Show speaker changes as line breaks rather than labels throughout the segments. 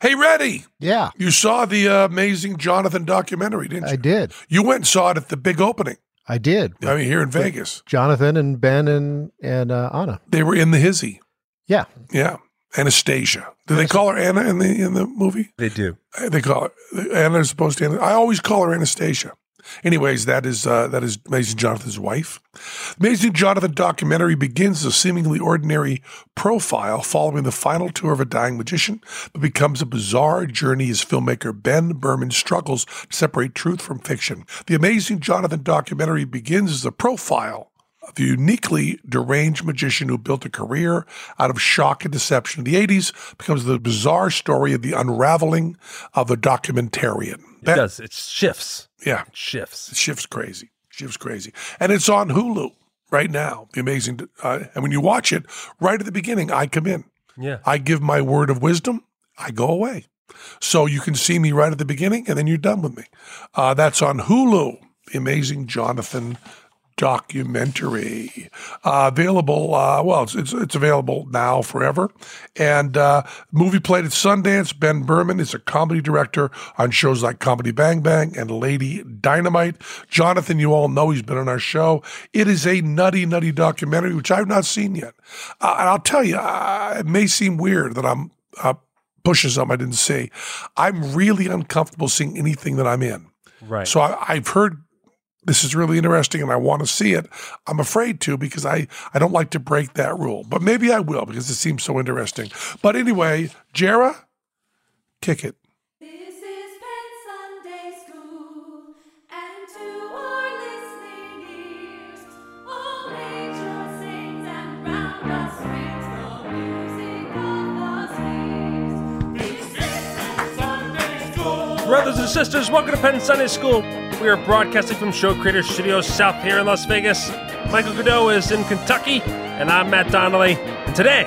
Hey, Reddy,
Yeah,
you saw the uh, amazing Jonathan documentary, didn't you?
I did.
You went and saw it at the big opening.
I did.
I mean, here in Vegas,
Jonathan and Ben and and uh, Anna.
they were in the hizzy.
Yeah,
Yeah, Anastasia. Do they call her Anna in the in the movie?
They do.
Uh, They call her Anna's supposed to. Anna, I always call her Anastasia. Anyways, that is uh, that is Amazing Jonathan's wife. Amazing Jonathan documentary begins a seemingly ordinary profile following the final tour of a dying magician, but becomes a bizarre journey as filmmaker Ben Berman struggles to separate truth from fiction. The Amazing Jonathan documentary begins as a profile of the uniquely deranged magician who built a career out of shock and deception in the 80s becomes the bizarre story of the unraveling of the documentarian.
It
That-
does. It shifts.
Yeah.
It shifts.
Shifts crazy. Shifts crazy. And it's on Hulu right now. The amazing. Uh, and when you watch it, right at the beginning, I come in.
Yeah.
I give my word of wisdom. I go away. So you can see me right at the beginning, and then you're done with me. Uh, that's on Hulu. The amazing Jonathan documentary uh, available uh, well it's, it's it's available now forever and uh, movie played at sundance ben berman is a comedy director on shows like comedy bang bang and lady dynamite jonathan you all know he's been on our show it is a nutty nutty documentary which i've not seen yet uh, and i'll tell you uh, it may seem weird that i'm uh, pushing something i didn't see i'm really uncomfortable seeing anything that i'm in
Right.
so I, I've heard this is really interesting and I want to see it. I'm afraid to because I, I don't like to break that rule, but maybe I will because it seems so interesting. But anyway, Jara, kick it.
This is Penn Sunday School, and to our listening ears, all angel sings and round us rings the music of the spheres. This is Penn Sunday School.
Brothers and sisters, welcome to Penn Sunday School. We are broadcasting from Show Creator Studios South here in Las Vegas. Michael Godot is in Kentucky, and I'm Matt Donnelly. And today,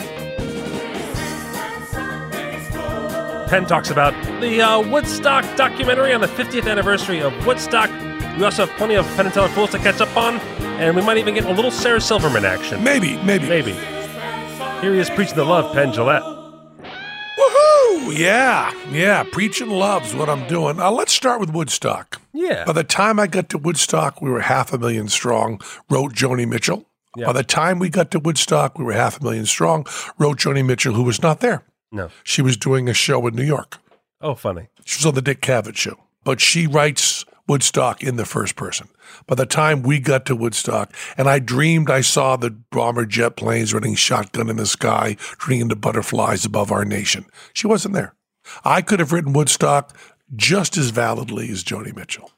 Penn talks about the uh, Woodstock documentary on the 50th anniversary of Woodstock. We also have plenty of Penn and Teller Fools to catch up on, and we might even get a little Sarah Silverman action.
Maybe, maybe.
Maybe. Here he is preaching the love, Penn Gillette.
Woohoo! Yeah, yeah. Preaching love's what I'm doing. Uh, let's start with Woodstock.
Yeah.
By the time I got to Woodstock, we were half a million strong, wrote Joni Mitchell. By the time we got to Woodstock, we were half a million strong, wrote Joni Mitchell, who was not there.
No.
She was doing a show in New York.
Oh, funny.
She was on the Dick Cavett show, but she writes Woodstock in the first person. By the time we got to Woodstock, and I dreamed I saw the bomber jet planes running shotgun in the sky, turning into butterflies above our nation. She wasn't there. I could have written Woodstock just as validly as Joni Mitchell.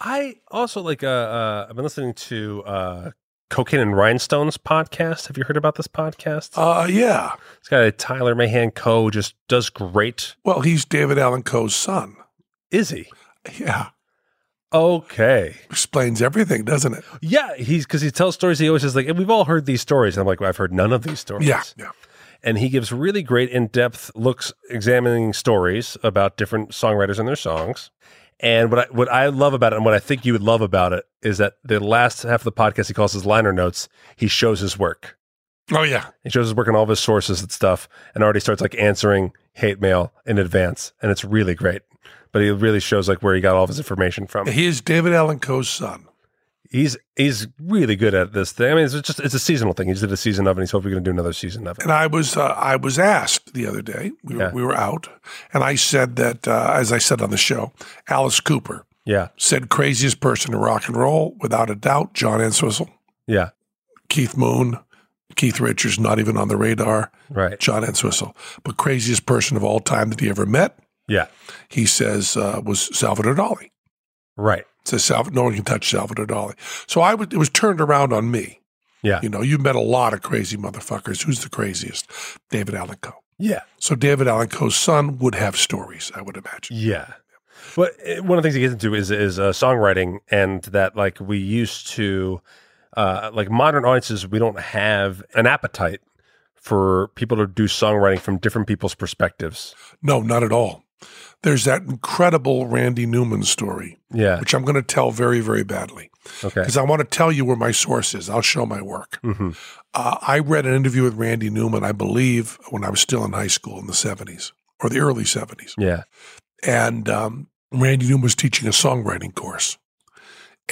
I also like uh, uh I've been listening to uh Cocaine and Rhinestones podcast. Have you heard about this podcast?
Uh, yeah.
this guy Tyler Mahan Coe just does great.
Well, he's David Allen Coe's son.
Is he?
Yeah.
Okay.
Explains everything, doesn't it?
Yeah, he's because he tells stories. He always is like, and we've all heard these stories. And I'm like, well, I've heard none of these stories.
Yeah. Yeah.
and he gives really great in-depth looks examining stories about different songwriters and their songs and what I, what I love about it and what I think you would love about it is that the last half of the podcast he calls his liner notes he shows his work
Oh, yeah.
he shows his work on all of his sources and stuff and already starts like answering hate mail in advance and it's really great but he really shows like where he got all of his information from
He is David Allen Coe's son.
He's he's really good at this thing. I mean, it's just it's a seasonal thing. He just did a season of it. And he's hopefully going to do another season of it.
And I was uh, I was asked the other day. We were,
Yeah.
we were out, and I said that uh, as I said on the show, Alice Cooper
Yeah,
said craziest person in rock and roll without a doubt. John Entwistle,
yeah,
Keith Moon, Keith Richards, not even on the radar.
right.
John Entwistle, but craziest person of all time that he ever met.
Yeah,
He says uh, was Salvador Dali.
right.
says Salvador, no one can touch Salvador Dali. So I would, it was turned around on me.
Yeah,
You know, you met a lot of crazy motherfuckers. Who's the craziest? David Allen Coe.
yeah,
So David Allen Coe's son would have stories, I would imagine.
yeah. But uh, one of the things he gets into is is uh, songwriting, and that like we used to, uh, like modern audiences, we don't have an appetite for people to do songwriting from different people's perspectives.
No, not at all. There's that incredible Randy Newman story,
Yeah.
which I'm going to tell very, very badly
Okay.
because I want to tell you where my source is. I'll show my work.
hmm
Uh, I read an interview with Randy Newman, I believe, when I was still in high school in the 70s or the early 70s.
Yeah.
and um, Randy Newman was teaching a songwriting course,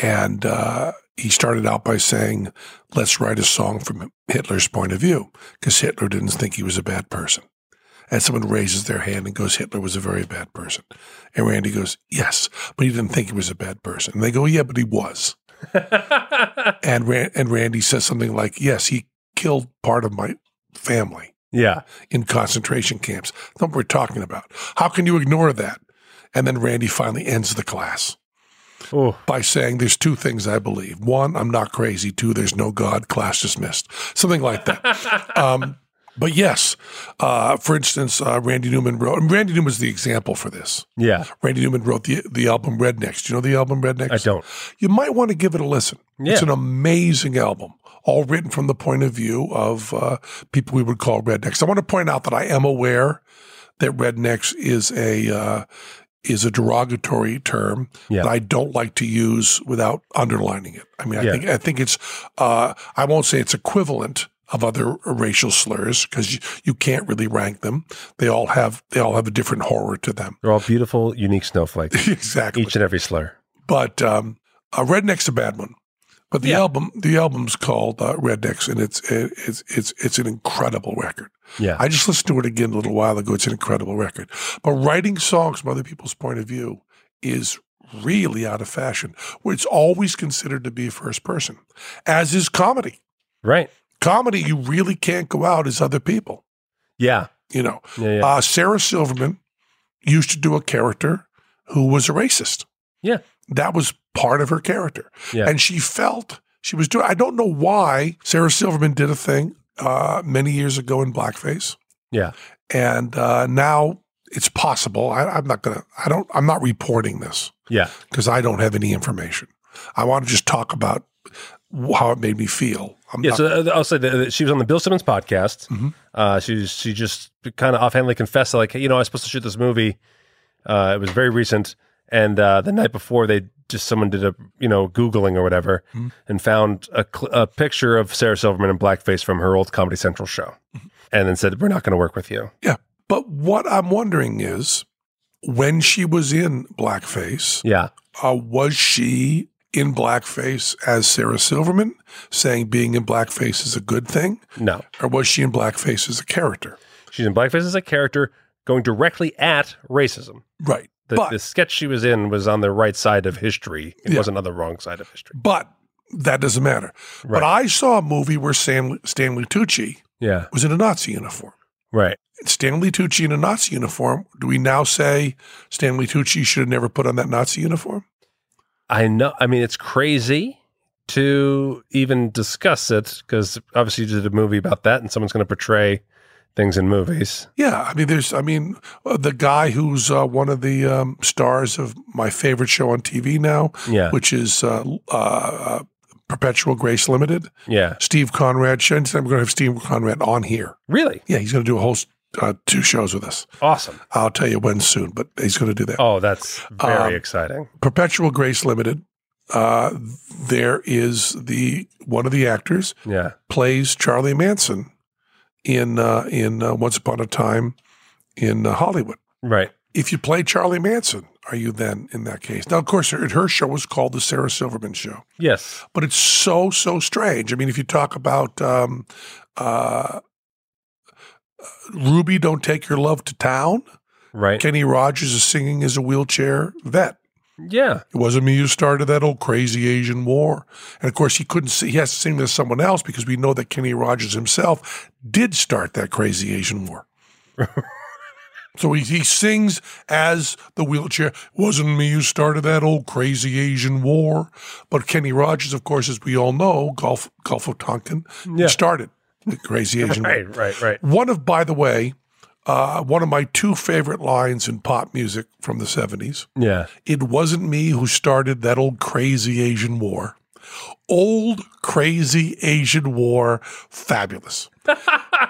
and uh, he started out by saying, "Let's write a song from Hitler's point of view," because Hitler didn't think he was a bad person. And someone raises their hand and goes, "Hitler was a very bad person," and Randy goes, "Yes, but he didn't think he was a bad person." And they go, "Yeah, but he was." And Ran- and Randy says something like, "Yes, he killed part of my family."
yeah.
in concentration camps. That's what we're talking about. How can you ignore that? And then Randy finally ends the class
Oh,
by saying, There's two things I believe. One, I'm not crazy. Two, there's no God. Class dismissed. Something like that. um, but yes, uh, for instance, uh, Randy Newman wrote, and Randy Newman's the example for this.
yeah.
Randy Newman wrote the, the album Rednecks. Do you know the album Rednecks?
I don't.
you might want to give it a listen. It's
Yeah.
an amazing album, all written from the point of view of uh, people we would call rednecks. I want to point out that I am aware that rednecks is a uh, is a derogatory term
Yeah.
that I don't like to use without underlining it. I mean, I
Yeah.
think I think it's uh, I won't say it's equivalent of other racial slurs because you, you can't really rank them. They all have they all have a different horror to them.
They're all beautiful, unique snowflakes.
exactly.
Each and every slur.
but um, uh, Redneck's a bad one. But the
Yeah.
album, the album's called uh, Rednecks, and it's it, it's it's it's an incredible record.
Yeah.
I just listened to it again a little while ago. It's an incredible record. But writing songs from other people's point of view is really out of fashion. Where It's always considered to be first person, as is comedy.
right.
Comedy, you really can't go out as other people.
Yeah.
You know,
Yeah. Yeah.
uh, Sarah Silverman used to do a character who was a racist.
Yeah.
That was part of her character.
Yeah.
And she felt she was doing, I don't know why Sarah Silverman did a thing uh, many years ago in blackface.
Yeah.
And uh, now it's possible. I, I'm not going to, I don't, I'm not reporting this
yeah.
because I don't have any information. I want to just talk about how it made me feel. I'm
Yeah,
not,
so uh, I'll say that that she was on the Bill Simmons podcast.
Mhm.
Uh, she she just kind of offhandedly confessed, like, hey, you know, I was supposed to shoot this movie. Uh, it was very recent, and uh, the night before, they just someone did a you know googling or whatever,
Mhm.
and found a, cl- a picture of Sarah Silverman in blackface from her old Comedy Central show,
Mm-hmm.
and then said, "We're not going to work with you."
but what I'm wondering is when she was in blackface,
Yeah,
uh, was she in blackface as Sarah Silverman, saying being in blackface is a good thing,
no,
or was she in blackface as a character?
she's in blackface as a character going directly at racism.
Right.
The,
but
the sketch she was in was on the right side of history; it
Yeah.
wasn't on the wrong side of history.
but that doesn't matter. But
Right.
I saw a movie where Sam, Stanley Tucci
Yeah,
was in a Nazi uniform.
right.
Stanley Tucci in a Nazi uniform. Do we now say Stanley Tucci should have never put on that Nazi uniform?
I know. I mean, it's crazy to even discuss it because obviously you did a movie about that, and someone's going to portray things in movies.
Yeah, I mean, there's, I mean, uh, the guy who's uh, one of the um, stars of my favorite show on TV now,
Yeah,
which is uh, uh, uh, Perpetual Grace Limited.
yeah.
Steve Conrad. Show. Next time we're going to have Steve Conrad on here.
Really
Yeah, he's going to do a whole uh, two shows with us.
awesome.
I'll tell you when soon, but he's going to do that.
Oh, that's
Um,
very exciting.
Perpetual Grace Limited. Uh, there is the one of the actors
Yeah,
plays Charlie Manson in uh, in uh, Once Upon a Time in uh, Hollywood.
right.
If you play Charlie Manson, are you then in that case? Now, of course, her, her show was called The Sarah Silverman Show,
Yes.
but it's so, so strange. I mean, if you talk about um, uh, Ruby, Don't Take Your Love to Town,
Right.
Kenny Rogers is singing as a wheelchair vet.
yeah.
It wasn't me who started that old crazy Asian war. And of course, he couldn't see, he has to sing to someone else because we know that Kenny Rogers himself did start that crazy Asian war. so he, he sings as the wheelchair. Wasn't me who started that old crazy Asian war. But Kenny Rogers, of course, as we all know, Gulf, Gulf of Tonkin,
Yeah.
started the crazy Asian war.
Right. Right. Right.
One of, by the way, uh, one of my two favorite lines in pop music from the 70s
Yeah.
it wasn't me who started that old crazy Asian war. Old crazy Asian war, fabulous.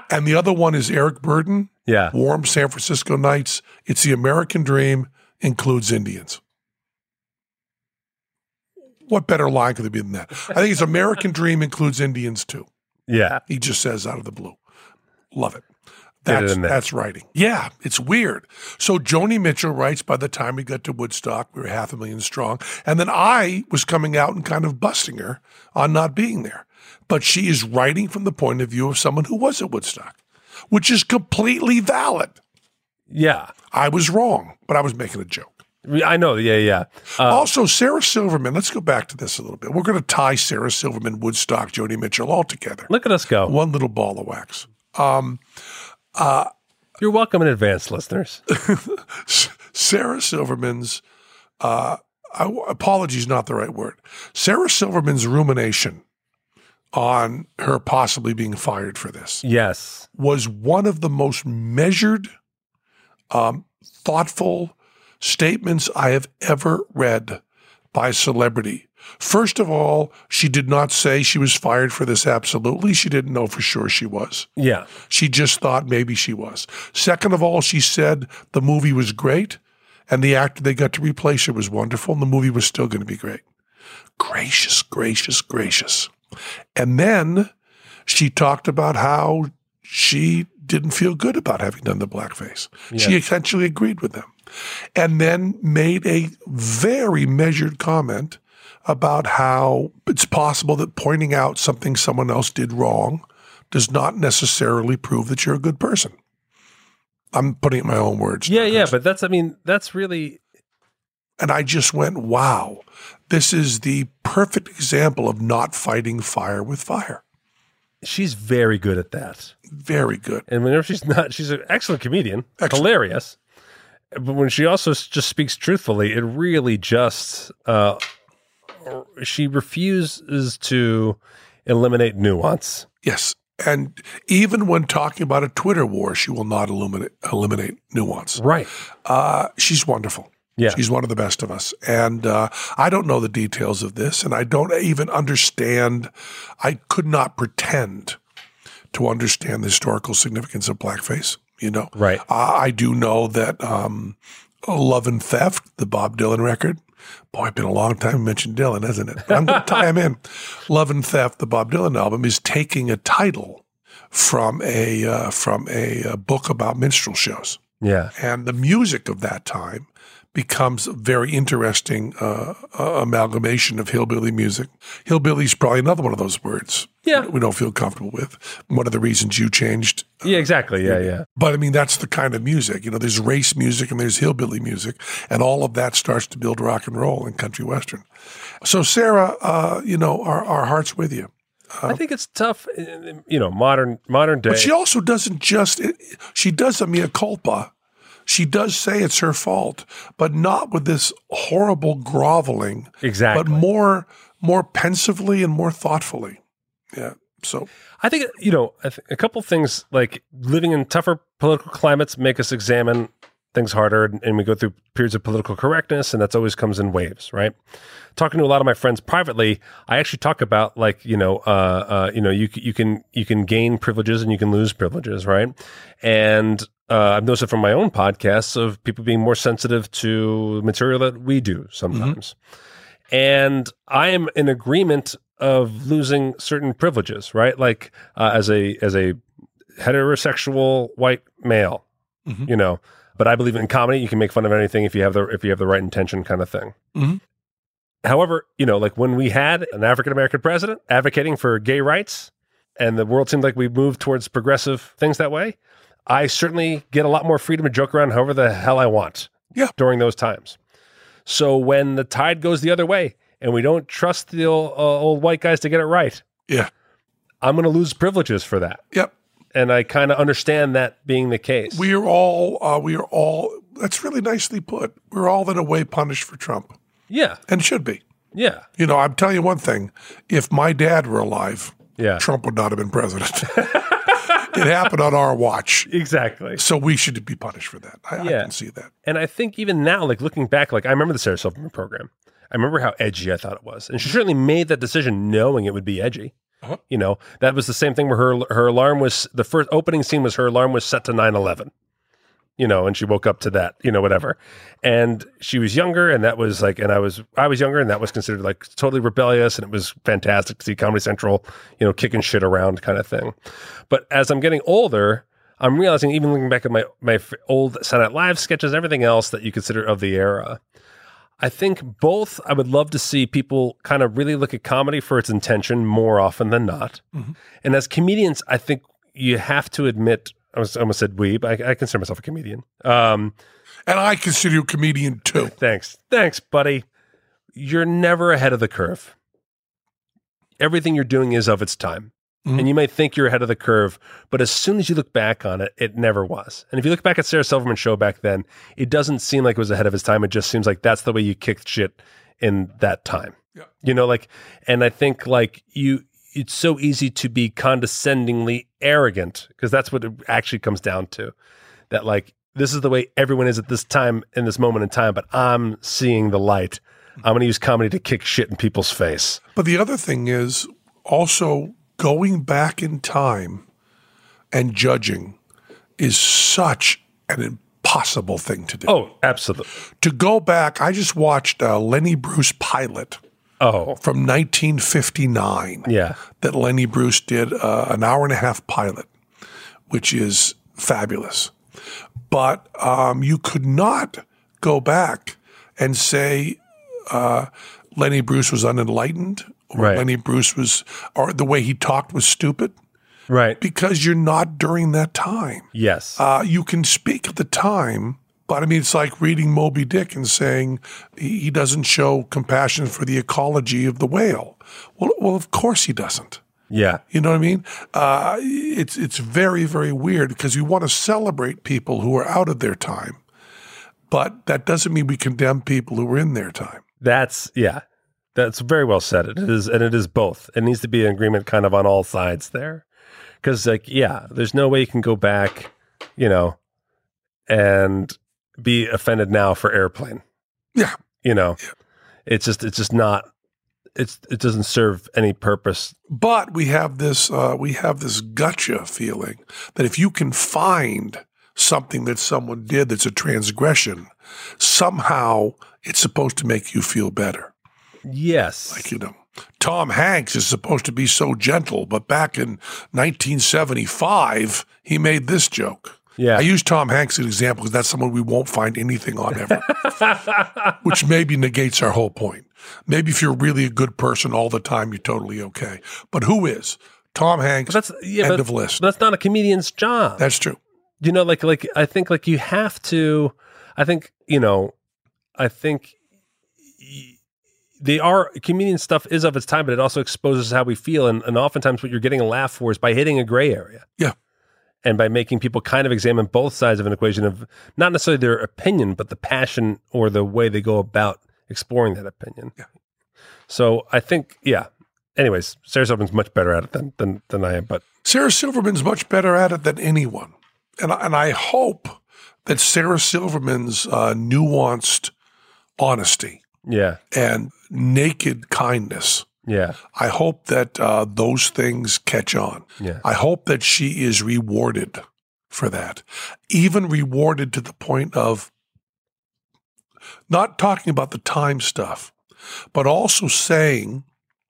and the other one is Eric Burden,
Yeah.
Warm San Francisco Nights. It's the American dream, includes Indians. What better line could there be than that? I think it's American dream includes Indians too.
Yeah.
He just says out of the blue. Love it.
Get it
That's
in there.
that's writing. Yeah, it's weird. So Joni Mitchell writes by the time we got to Woodstock, we were half a million strong. And then I was coming out and kind of busting her on not being there. But she is writing from the point of view of someone who was at Woodstock, which is completely valid.
Yeah.
I was wrong, but I was making a joke.
I know. Yeah. Yeah. Uh,
also, Sarah Silverman, let's go back to this a little bit. We're going to tie Sarah Silverman, Woodstock, Joni Mitchell all together.
look at us go.
One little ball of wax.
You're welcome in advance, listeners.
Sarah Silverman's uh, I, apologies, not the right word. Sarah Silverman's rumination on her possibly being fired for this
Yes.
was one of the most measured, um, thoughtful statements I have ever read by a celebrity. First of all, she did not say she was fired for this absolutely. She didn't know for sure she was.
Yeah.
She just thought maybe she was. Second of all, she said the movie was great and the actor they got to replace her was wonderful and the movie was still going to be great. Gracious, gracious, gracious. And then she talked about how she didn't feel good about having done the blackface. She essentially agreed with them and then made a very measured comment about how it's possible that pointing out something someone else did wrong does not necessarily prove that you're a good person. I'm putting it in my own words.
Yeah. Yeah. But that's. I mean, that's really.
And I just went, wow, this is the perfect example of not fighting fire with fire.
She's very good at that.
Very good.
And whenever she's not, she's an excellent comedian,
Excellent.
hilarious. But when she also s- just speaks truthfully, it really just uh, she refuses to eliminate nuance.
Yes. And even when talking about a Twitter war, she will not eliminate, eliminate nuance.
Right?
Uh, she's wonderful.
Yeah.
She's one of the best of us. And uh, I don't know the details of this, and I don't even understand. I could not pretend to understand the historical significance of blackface, you know?
Right.
I, I do know that um, Love and Theft, the Bob Dylan record. Boy, it's been a long time we mentioned Dylan, hasn't it? But I'm going to tie him in. Love and Theft, the Bob Dylan album, is taking a title from a uh, from a, uh book about minstrel shows,
Yeah.
and the music of that time becomes a very interesting uh, uh, amalgamation of hillbilly music. Hillbilly's probably another one of those words
Yeah.
we don't feel comfortable with. One of the reasons you changed
Yeah. Exactly. Yeah. Yeah.
but I mean, that's the kind of music. You know, there's race music and there's hillbilly music, and all of that starts to build rock and roll and country western. So, Sarah, uh, you know, our, our heart's with you.
I think it's tough. uh, You know, modern modern day.
But she also doesn't just, she does a mea culpa. She does say it's her fault, but not with this horrible groveling,
exactly.
but more, more pensively and more thoughtfully. Yeah. So,
I think you know I th- a couple things like living in tougher political climates make us examine things harder, and, and we go through periods of political correctness, and that's always comes in waves, right? Talking to a lot of my friends privately, I actually talk about like you know, uh, uh, you know, you c- you can you can gain privileges and you can lose privileges, right? And uh, I've noticed it from my own podcasts of people being more sensitive to material that we do sometimes and I am in agreement of losing certain privileges, right? Like uh, as a as a heterosexual white male,
Mhm.
you know, But I believe in comedy, you can make fun of anything if you have the if you have the right intention, kind of thing.
Mhm.
However, you know, like when we had an African American president advocating for gay rights, and the world seemed like we moved towards progressive things that way, I certainly get a lot more freedom to joke around however the hell I want.
Yeah.
during those times. So when the tide goes the other way, and we don't trust the old, uh, old white guys to get it right,
Yeah.
I'm going to lose privileges for that.
Yep.
And I kind of understand that being the case.
We are all, uh, we are all, that's really nicely put. We're all in a way punished for Trump
yeah,
and should be.
yeah,
You know, I'm telling you one thing if my dad were alive,
yeah.
Trump would not have been president. it happened on our watch.
Exactly.
So we should be punished for that. I, I
Yeah.
can see that.
And I think even now, like looking back, like I remember the Sarah Silverman program. I remember how edgy I thought it was, and she certainly made that decision knowing it would be edgy.
Uh-huh.
You know, that was the same thing where her her alarm was the first opening scene was her alarm was set to 9-11. You know, and she woke up to that. You know, whatever. And she was younger, and that was like, and I was I was younger, and that was considered like totally rebellious, and it was fantastic to see Comedy Central, you know, kicking shit around kind of thing. But as I'm getting older, I'm realizing, even looking back at my my f- old Saturday Night Live sketches, everything else that you consider of the era, I think both. I would love to see people kind of really look at comedy for its intention more often than not. And as comedians, I think you have to admit. I was I almost said weeb. I, I consider myself a comedian. Um,
And I consider you a comedian too.
thanks, thanks, buddy. You're never ahead of the curve. Everything you're doing is of its time.
Mhm.
And you might think you're ahead of the curve, but as soon as you look back on it, it never was. And if you look back at Sarah Silverman's show back then, it doesn't seem like it was ahead of its time. It just seems like that's the way you kicked shit in that time.
Yeah.
You know, like, and I think like you, it's so easy to be condescendingly arrogant because that's what it actually comes down to. That like this is the way everyone is at this time in this moment in time, but I'm seeing the light. I'm going to use comedy to kick shit in people's face.
But the other thing is also going back in time and judging is such an impossible thing to do.
Oh, absolutely.
To go back, I just watched uh, Lenny Bruce pilot
Oh,
from 1959
yeah.
that Lenny Bruce did uh, an hour and a half pilot, which is fabulous. But um, you could not go back and say uh, Lenny Bruce was unenlightened or
Right.
Lenny Bruce was, or the way he talked was stupid
Right.
because you're not during that time.
Yes.
Uh, you can speak at the time, but I mean, it's like reading Moby Dick and saying he he doesn't show compassion for the ecology of the whale. Well, well, of course he doesn't.
yeah.
You know what I mean? Uh, it's it's very very weird because we want to celebrate people who are out of their time, but that doesn't mean we condemn people who were in their time.
That's yeah. That's very well said. It is, and it is both. It needs to be an agreement, kind of on all sides there, because like yeah, there's no way you can go back, you know, and be offended now for airplane.
Yeah.
You know, it's just it's just not. It's it doesn't serve any purpose.
But we have this uh, we have this gotcha feeling that if you can find something that someone did that's a transgression, somehow it's supposed to make you feel better.
Yes.
Like you know, Tom Hanks is supposed to be so gentle, but back in 1975, he made this joke.
yeah.
I use Tom Hanks as an example because that's someone we won't find anything on ever, which maybe negates our whole point. Maybe if you're really a good person all the time, you're totally okay. But who is? Tom Hanks.
But that's yeah.
end
but-
of list.
but that's not a comedian's job.
that's true.
you know like like i think like you have to i think you know i think y- they are comedian stuff is of its time but it also exposes how we feel and, and oftentimes what you're getting a laugh for is by hitting a gray area
Yeah.
and by making people kind of examine both sides of an equation of not necessarily their opinion but the passion or the way they go about exploring that opinion
Yeah.
so i think yeah anyways sarah Silverman's much better at it than than, than i am but
Sarah Silverman's much better at it than anyone. And, I- and I hope that Sarah Silverman's uh, nuanced honesty
yeah
and naked kindness
yeah
I hope that uh, those things catch on.
Yeah.
I hope that she is rewarded for that, even rewarded to the point of not talking about the time stuff, but also saying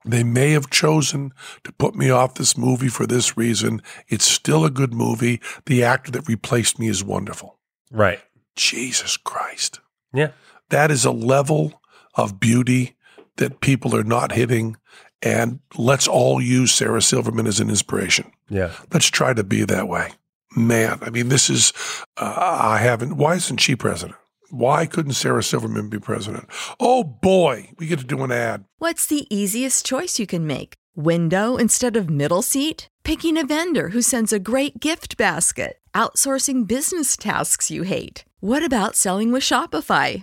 they may have chosen to put me off this movie for this reason. It's still a good movie. The actor that replaced me is wonderful.
right
Jesus Christ.
Yeah.
That is a level of beauty that people are not hitting. And let's all use Sarah Silverman as an inspiration.
Yeah.
Let's try to be that way. Man, I mean, this is, uh, I haven't, why isn't she president? Why couldn't Sarah Silverman be president? Oh boy, we get to do an ad.
What's the easiest choice you can make? Window instead of middle seat? Picking a vendor who sends a great gift basket? Outsourcing business tasks you hate? What about selling with Shopify?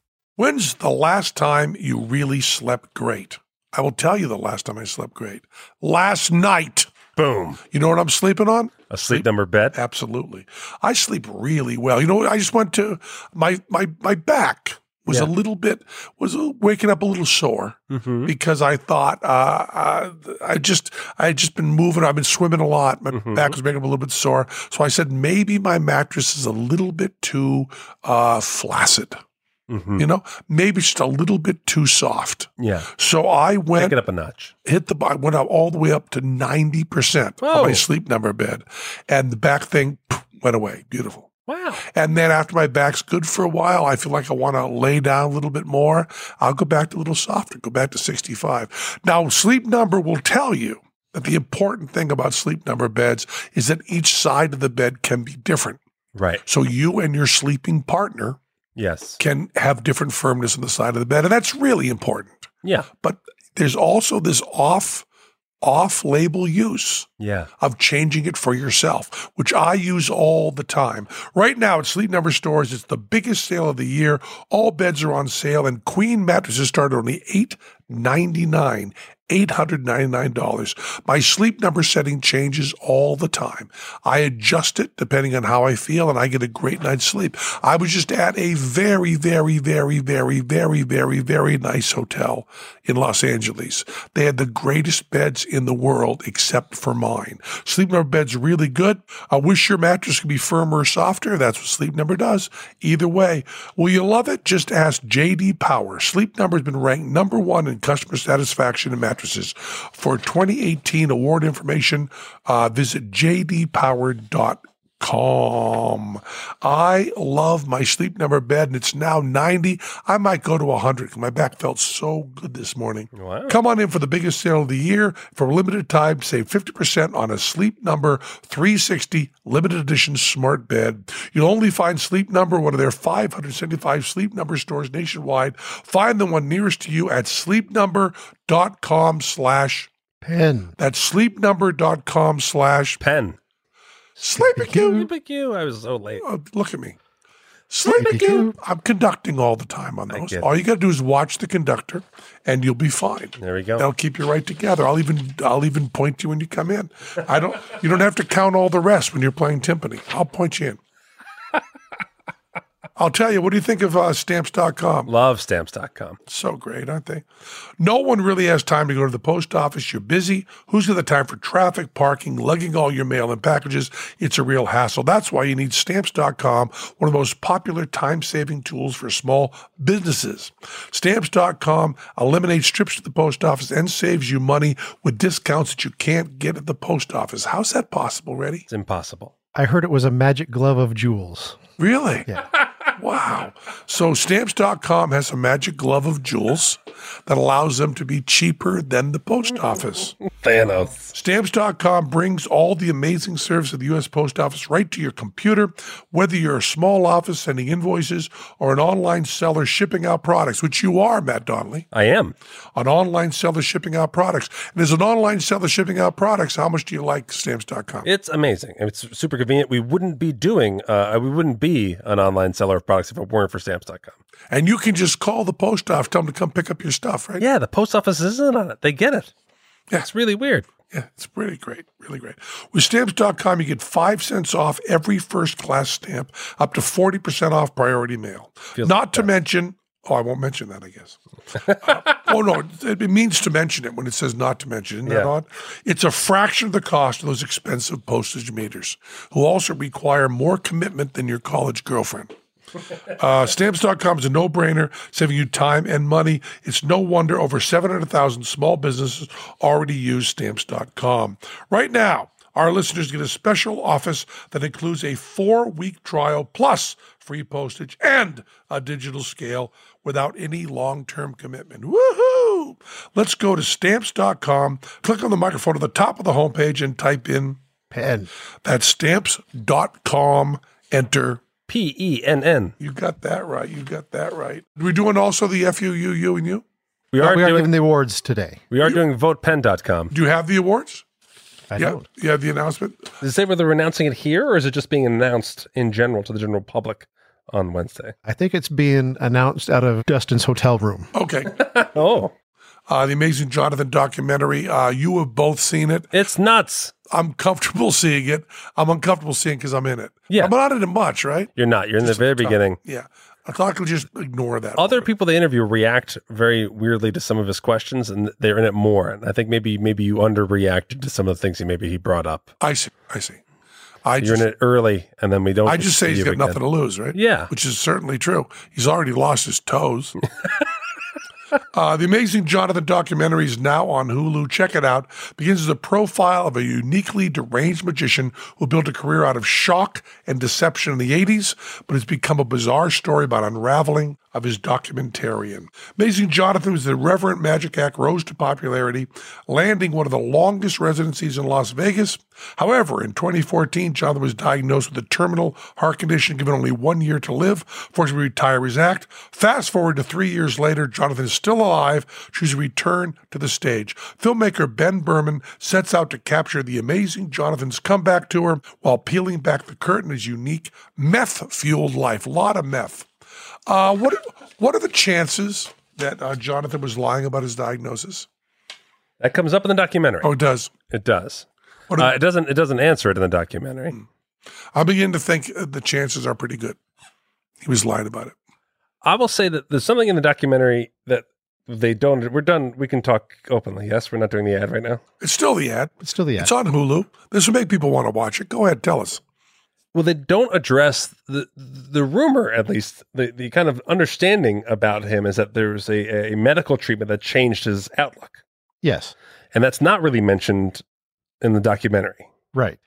When's the last time you really slept great? I will tell you the last time I slept great. Last night.
Boom.
You know what I'm sleeping on?
A sleep number bet.
Absolutely. I sleep really well. You know, I just went to my my my back was
Yeah. Hmm?
a little bit was waking up a little sore
Mm-hmm.
because I thought uh, uh, I just I had just been moving. I've been swimming a lot. My
Mm-hmm.
back was making up a little bit sore. So I said maybe my mattress is a little bit too uh, flaccid.
Hmm.
You know, maybe just a little bit too soft.
Mm-hmm. Yeah.
So I went
Take it up a notch.
hit the bottom, went up all the way up to 90%
Whoa.
on my sleep number bed. And the back thing pff, went away. Beautiful.
Wow.
And then after my back's good for a while, I feel like I want to lay down a little bit more. I'll go back to a little softer, go back to 65. Now, sleep number will tell you that the important thing about sleep number beds is that each side of the bed can be different.
Right.
So you and your sleeping partner
Yes.
can have different firmness on the side of the bed. And that's really important
Yeah.
but there's also this off off label use
Yeah.
of changing it for yourself, which I use all the time. Right now at Sleep Number stores, it's the biggest sale of the year. All beds are on sale, and queen mattresses start at only eight ninety nine. $899. My sleep number setting changes all the time. I adjust it depending on how I feel and I get a great night's sleep. I was just at a very, very, very, very, very, very, very nice hotel in Los Angeles. They had the greatest beds in the world except for mine. Sleep Number bed's really good. I wish your mattress could be firmer or softer. That's what Sleep Number does. Either way, will you love it? Just ask JD Power. Sleep Number has been ranked number one in customer satisfaction in mattresses. For 2018 award information, uh, visit jdpower.com calm. I love my sleep number bed and it's now 90. I might go to 100 'cause my back felt so good this morning.
Wow.
Come on in for the biggest sale of the year. For a limited time, save 50% on a sleep number 360 limited edition smart bed. You'll only find sleep number, one of their 575 sleep number stores nationwide. Find the one nearest to you at sleepnumber.com slash,
Pen.
that's sleepnumber.com slash
Pen.
sleepy cute.
Look at you. I was so late.
Oh, look at me. Sleepy Cube. I'm conducting all the time on those.
you.
All you got to do is watch the conductor, and you'll be fine.
There we go.
That'll keep you right together. I'll even I'll even point you when you come in. I don't. You don't have to count all the rest when you're playing timpani. I'll point you in. I'll tell you. What do you think of uh, stamps.com?
Love stamps.com.
So great, aren't they? No one really has time to go to the post office. You're busy. Who's got the time for traffic, parking, lugging all your mail and packages? It's a real hassle. That's why you need stamps.com, one of the most popular time saving tools for small businesses. Stamps.com eliminates trips to the post office and saves you money with discounts that you can't get at the post office. How's that possible, Reddy?
It's impossible.
I heard it was a magic glove of jewels.
Really?
Yeah.
Wow. So stamps.com has a magic glove of jewels that allows them to be cheaper than the post office.
Thanos.
Stamps.com brings all the amazing service of the U.S. Post Office right to your computer, whether you're a small office sending invoices or an online seller shipping out products, which you are, Matt Donnelly,
I am.
an online seller shipping out products. And as an online seller shipping out products, how much do you like Stamps.com?
It's amazing. It's super convenient. We wouldn't be doing, uh, we wouldn't be an online seller of products if it weren't for stamps.com.
And you can just call the post office, tell them to come pick up your stuff, right?
Yeah, the post office isn't on it. They get it.
Yeah.
It's really weird.
Yeah, it's really great. Really great. With stamps.com, you get five cents off every first class stamp, up to 40% off priority mail. Not to mention, oh, I won't mention that, I guess. Uh, oh, no, it, it means to mention it when it says not to mention. Isn't that
Yeah.
odd? It's a fraction of the cost of those expensive postage meters, who also require more commitment than your college girlfriend. Uh, stamps.com is a no brainer, saving you time and money. It's no wonder over 700,000 small businesses already use stamps.com. Right now, our listeners get a special office that includes a four week trial plus free postage and a digital scale without any long term commitment. Woohoo! Let's go to stamps.com, click on the microphone at the top of the homepage, and type in
Pen.
that stamps.com, enter
P E N N.
you got that right. You got that right. We're doing also the FUUU and you.
We
We
are
are
doing,
giving the awards today.
we are doing votepen.com.
Do you have the awards?
I
yeah.
don't.
You have the announcement?
Does it say whether we're announcing it here or is it just being announced in general to the general public on Wednesday?
I think it's being announced out of Dustin's hotel room.
Okay.
Oh,
uh, the Amazing Jonathan documentary. Uh, you have both seen it.
it's nuts.
I'm comfortable seeing it. I'm uncomfortable seeing because I'm in it.
Yeah.
I'm not in it much, right?
You're not. You're in the very beginning.
Yeah. I thought I could just ignore that.
Other people they interview react very weirdly to some of his questions, and they're in it more. And I think maybe maybe you underreacted to some of the things he maybe he brought up.
I see. I see. I
You're
just,
in it early, and then we don't.
I just say he's
you
got
again.
nothing to lose, right?
Yeah.
Which is certainly true. He's already lost his toes. Uh, the Amazing Jonathan documentary is now on Hulu. Check it out. Begins as a profile of a uniquely deranged magician who built a career out of shock and deception in the 80s, but has become a bizarre story about unraveling of his documentarian. Amazing Jonathan was the reverent magic act rose to popularity, landing one of the longest residencies in Las Vegas. However, in 2014, Jonathan was diagnosed with a terminal heart condition, given only one year to live, forced him to retire his act. Fast forward to three years later, Jonathan is still alive, chooses to return to the stage. Filmmaker Ben Berman sets out to capture the amazing Jonathan's comeback tour while peeling back the curtain on his unique meth fueled life. Lot of meth. Uh, what what are the chances that uh, Jonathan was lying about his diagnosis?
That comes up in the documentary.
Oh, it does.
It does.
What Hmm. are
Uh, it doesn't. It doesn't answer it in the documentary.
I begin to think uh, the chances are pretty good. He was lying about it.
I will say that there's something in the documentary that they don't. We're done. We can talk openly. Yes, we're not doing the ad right now.
It's still the ad.
It's still the ad.
It's on Hulu. This will make people want to watch it. Go ahead, tell us.
Well, they don't address the the rumor, at least the, the kind of understanding about him is that there was a, a medical treatment that changed his outlook,
yes.
and that's not really mentioned in the documentary.
Right.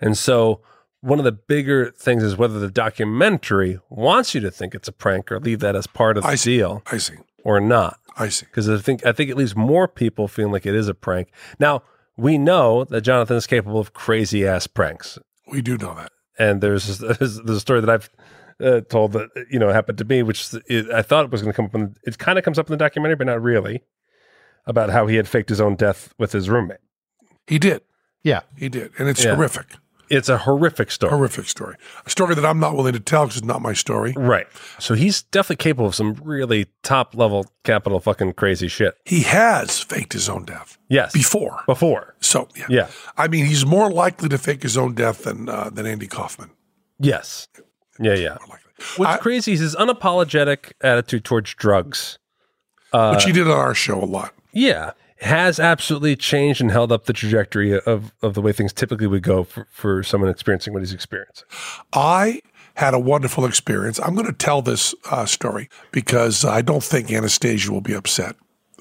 And so, one of the bigger things is whether the documentary wants you to think it's a prank or leave that as part of the
I see.
deal
I see.
or not.
I see.
because I think I think it leaves more people feeling like it is a prank. Now we know that Jonathan is capable of crazy ass pranks,
We do know that.
and there's there's, there's a story that I've uh, told that you know happened to me, which is, I thought was going to come up. In, it kind of comes up in the documentary, but not really, about how he had faked his own death with his roommate.
He did.
Yeah.
He did. And it's
Yeah.
horrific.
It's a horrific story,
Horrific story. A story that I'm not willing to tell because it's not my story.
right? So he's definitely capable of some really top level capital fucking crazy shit.
He has faked his own death
Yes,
before.
before,
So, yeah.
yeah,
I mean, he's more likely to fake his own death than uh, than Andy Kaufman.
yes, yeah, yeah.
More likely.
What's
I-
crazy is his unapologetic attitude towards drugs. Uh,
Which he did on our show a lot.
yeah, has absolutely changed and held up the trajectory of, of the way things typically would go for, for someone experiencing what he's experiencing.
I had a wonderful experience. I'm going to tell this uh, story because I don't think Anastasia will be upset.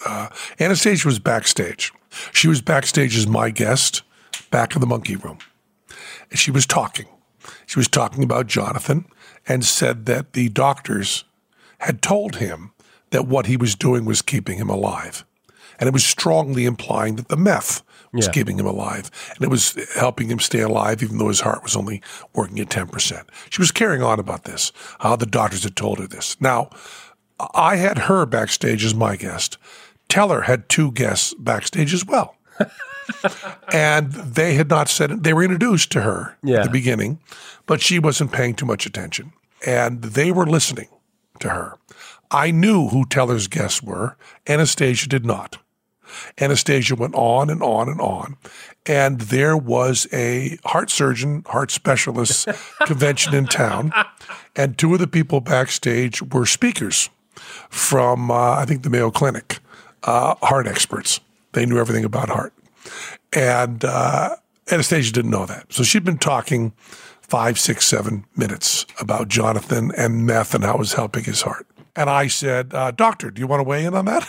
Uh, Anastasia was backstage. She was backstage as my guest, back in the monkey room. And she was talking. She was talking about Jonathan and said that the doctors had told him that what he was doing was keeping him alive. And it was strongly implying that the meth was
Yeah.
keeping him alive. And it was helping him stay alive, even though his heart was only working at 10%. She was carrying on about this, how the doctors had told her this. Now, I had her backstage as my guest. Teller had two guests backstage as well. and they had not said it. They were introduced to her
Yeah.
at the beginning, but she wasn't paying too much attention. And they were listening to her. I knew who Teller's guests were. Anastasia did not. Anastasia went on and on and on. And there was a heart surgeon, heart specialist convention in town. And two of the people backstage were speakers from, uh, I think, the Mayo Clinic, uh, heart experts. They knew everything about heart. And uh, Anastasia didn't know that. So she'd been talking five, six, seven minutes about Jonathan and meth and how it was helping his heart. And I said, uh, Doctor, do you want to weigh in on that?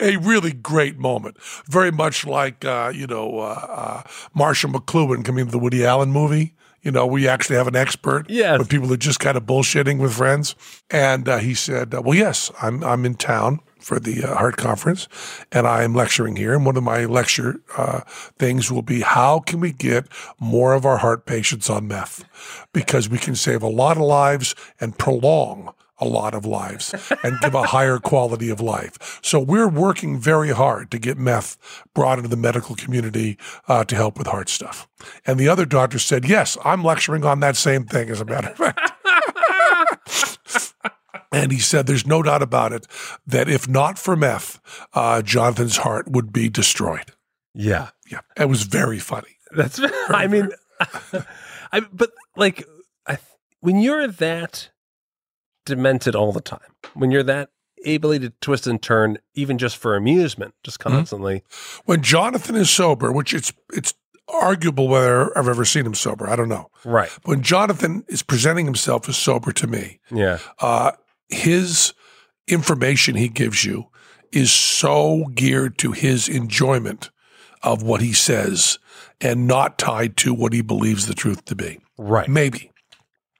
a really great moment. Very much like, uh, you know, uh, uh, Marshall McLuhan coming to the Woody Allen movie. You know, we actually have an expert
Yes.
with people who are just kind of bullshitting with friends. And uh, he said, uh, Well, yes, I'm, I'm in town for the uh, Heart Conference and I'm lecturing here. And one of my lecture uh, things will be how can we get more of our heart patients on meth? Because we can save a lot of lives and prolong a lot of lives and give a higher quality of life. So we're working very hard to get meth brought into the medical community uh, to help with heart stuff. And the other doctor said, Yes, I'm lecturing on that same thing, as a matter of fact. And he said, There's no doubt about it that if not for meth, uh, Jonathan's heart would be destroyed.
Yeah.
Yeah. It was very funny.
That's. I mean, I. But like, I, when you're that demented all the time, when you're that able to twist and turn, even just for amusement, just constantly.
When Jonathan is sober, which it's it's arguable whether I've ever seen him sober, I don't know.
Right.
When Jonathan is presenting himself as sober to me,
Yeah.
uh, his information he gives you is so geared to his enjoyment of what he says and not tied to what he believes the truth to be.
Right.
Maybe.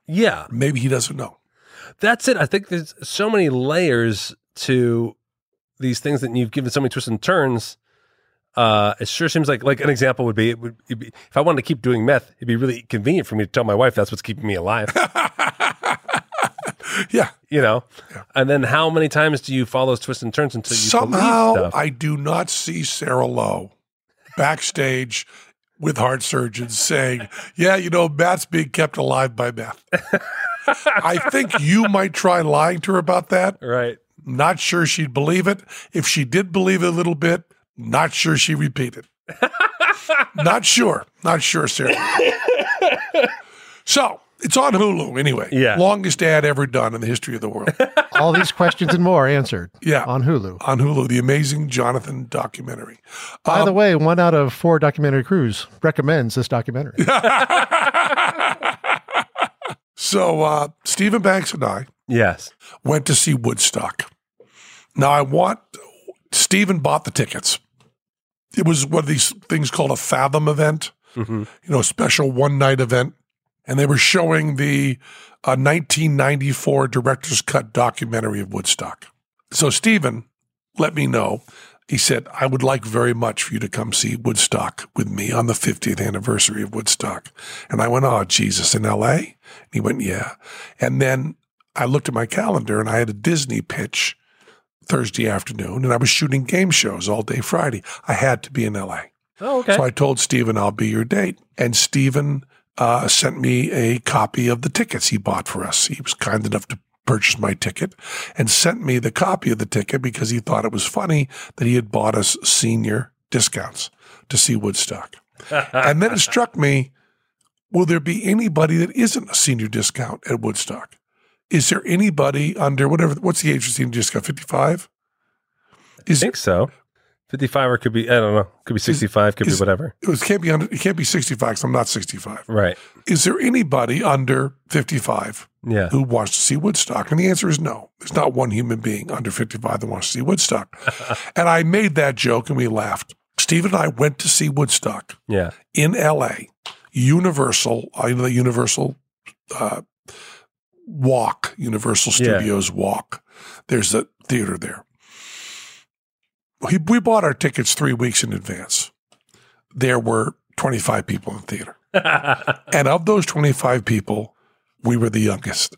Yeah.
Maybe he doesn't know.
That's it. I think there's so many layers to these things that you've given so many twists and turns. Uh, it sure seems like like an example would be it would it'd be if I wanted to keep doing meth, it'd be really convenient for me to tell my wife that's what's keeping me alive.
Yeah.
you know. And then how many times do you follow those twists and turns until you believe
Somehow
stuff?
I do not see Sarah Lowe backstage with heart surgeons saying, Yeah, you know, Matt's being kept alive by meth. I think you might try lying to her about that.
right?
Not sure she'd believe it. If she did believe it a little bit, not sure she repeated. not sure. Not sure, Sarah. so it's on Hulu anyway.
Yeah.
Longest ad ever done in the history of the world.
All these questions and more answered
Yeah.
on Hulu.
on Hulu, the amazing Jonathan documentary.
By
Um,
the way, one out of four documentary crews recommends this documentary.
So uh, Stephen Banks and I
Yes.
went to see Woodstock. Now I want Stephen bought the tickets. It was one of these things called a Fathom event, you know, a special one night event, and they were showing the uh, 1994 director's cut documentary of Woodstock. So Stephen let me know. He said, I would like very much for you to come see Woodstock with me on the 50th anniversary of Woodstock. And I went, Oh, Jesus, in LA? And he went, Yeah. And then I looked at my calendar and I had a Disney pitch Thursday afternoon and I was shooting game shows all day Friday. I had to be in LA.
Oh, okay.
So I told Steven, I'll be your date. And Steven uh, sent me a copy of the tickets he bought for us. He was kind enough to purchase my ticket and sent me the copy of the ticket because he thought it was funny that he had bought us senior discounts to see Woodstock. and then it struck me will there be anybody that isn't a senior discount at Woodstock? Is there anybody under whatever, what's the age for senior discount? 55?
I
Is,
think so. Fifty-five, or could be I don't know. Could be sixty-five. Could
is-
be whatever.
it was, can't be under, it can't be 65 because I'm not 65.
Right.
is there anybody under 55
Yeah.
who wants to see Woodstock? And the answer is no. There's not one human being under 55 that wants to see Woodstock. and I made that joke and we laughed. Steve and I went to see Woodstock
Yeah.
in LA Universal, I know the Universal uh, Walk, Universal
Yeah.
Studios Walk. There's a theater there. We, we bought our tickets three weeks in advance. There were 25 people in the theater. And of those 25 people, we were the youngest.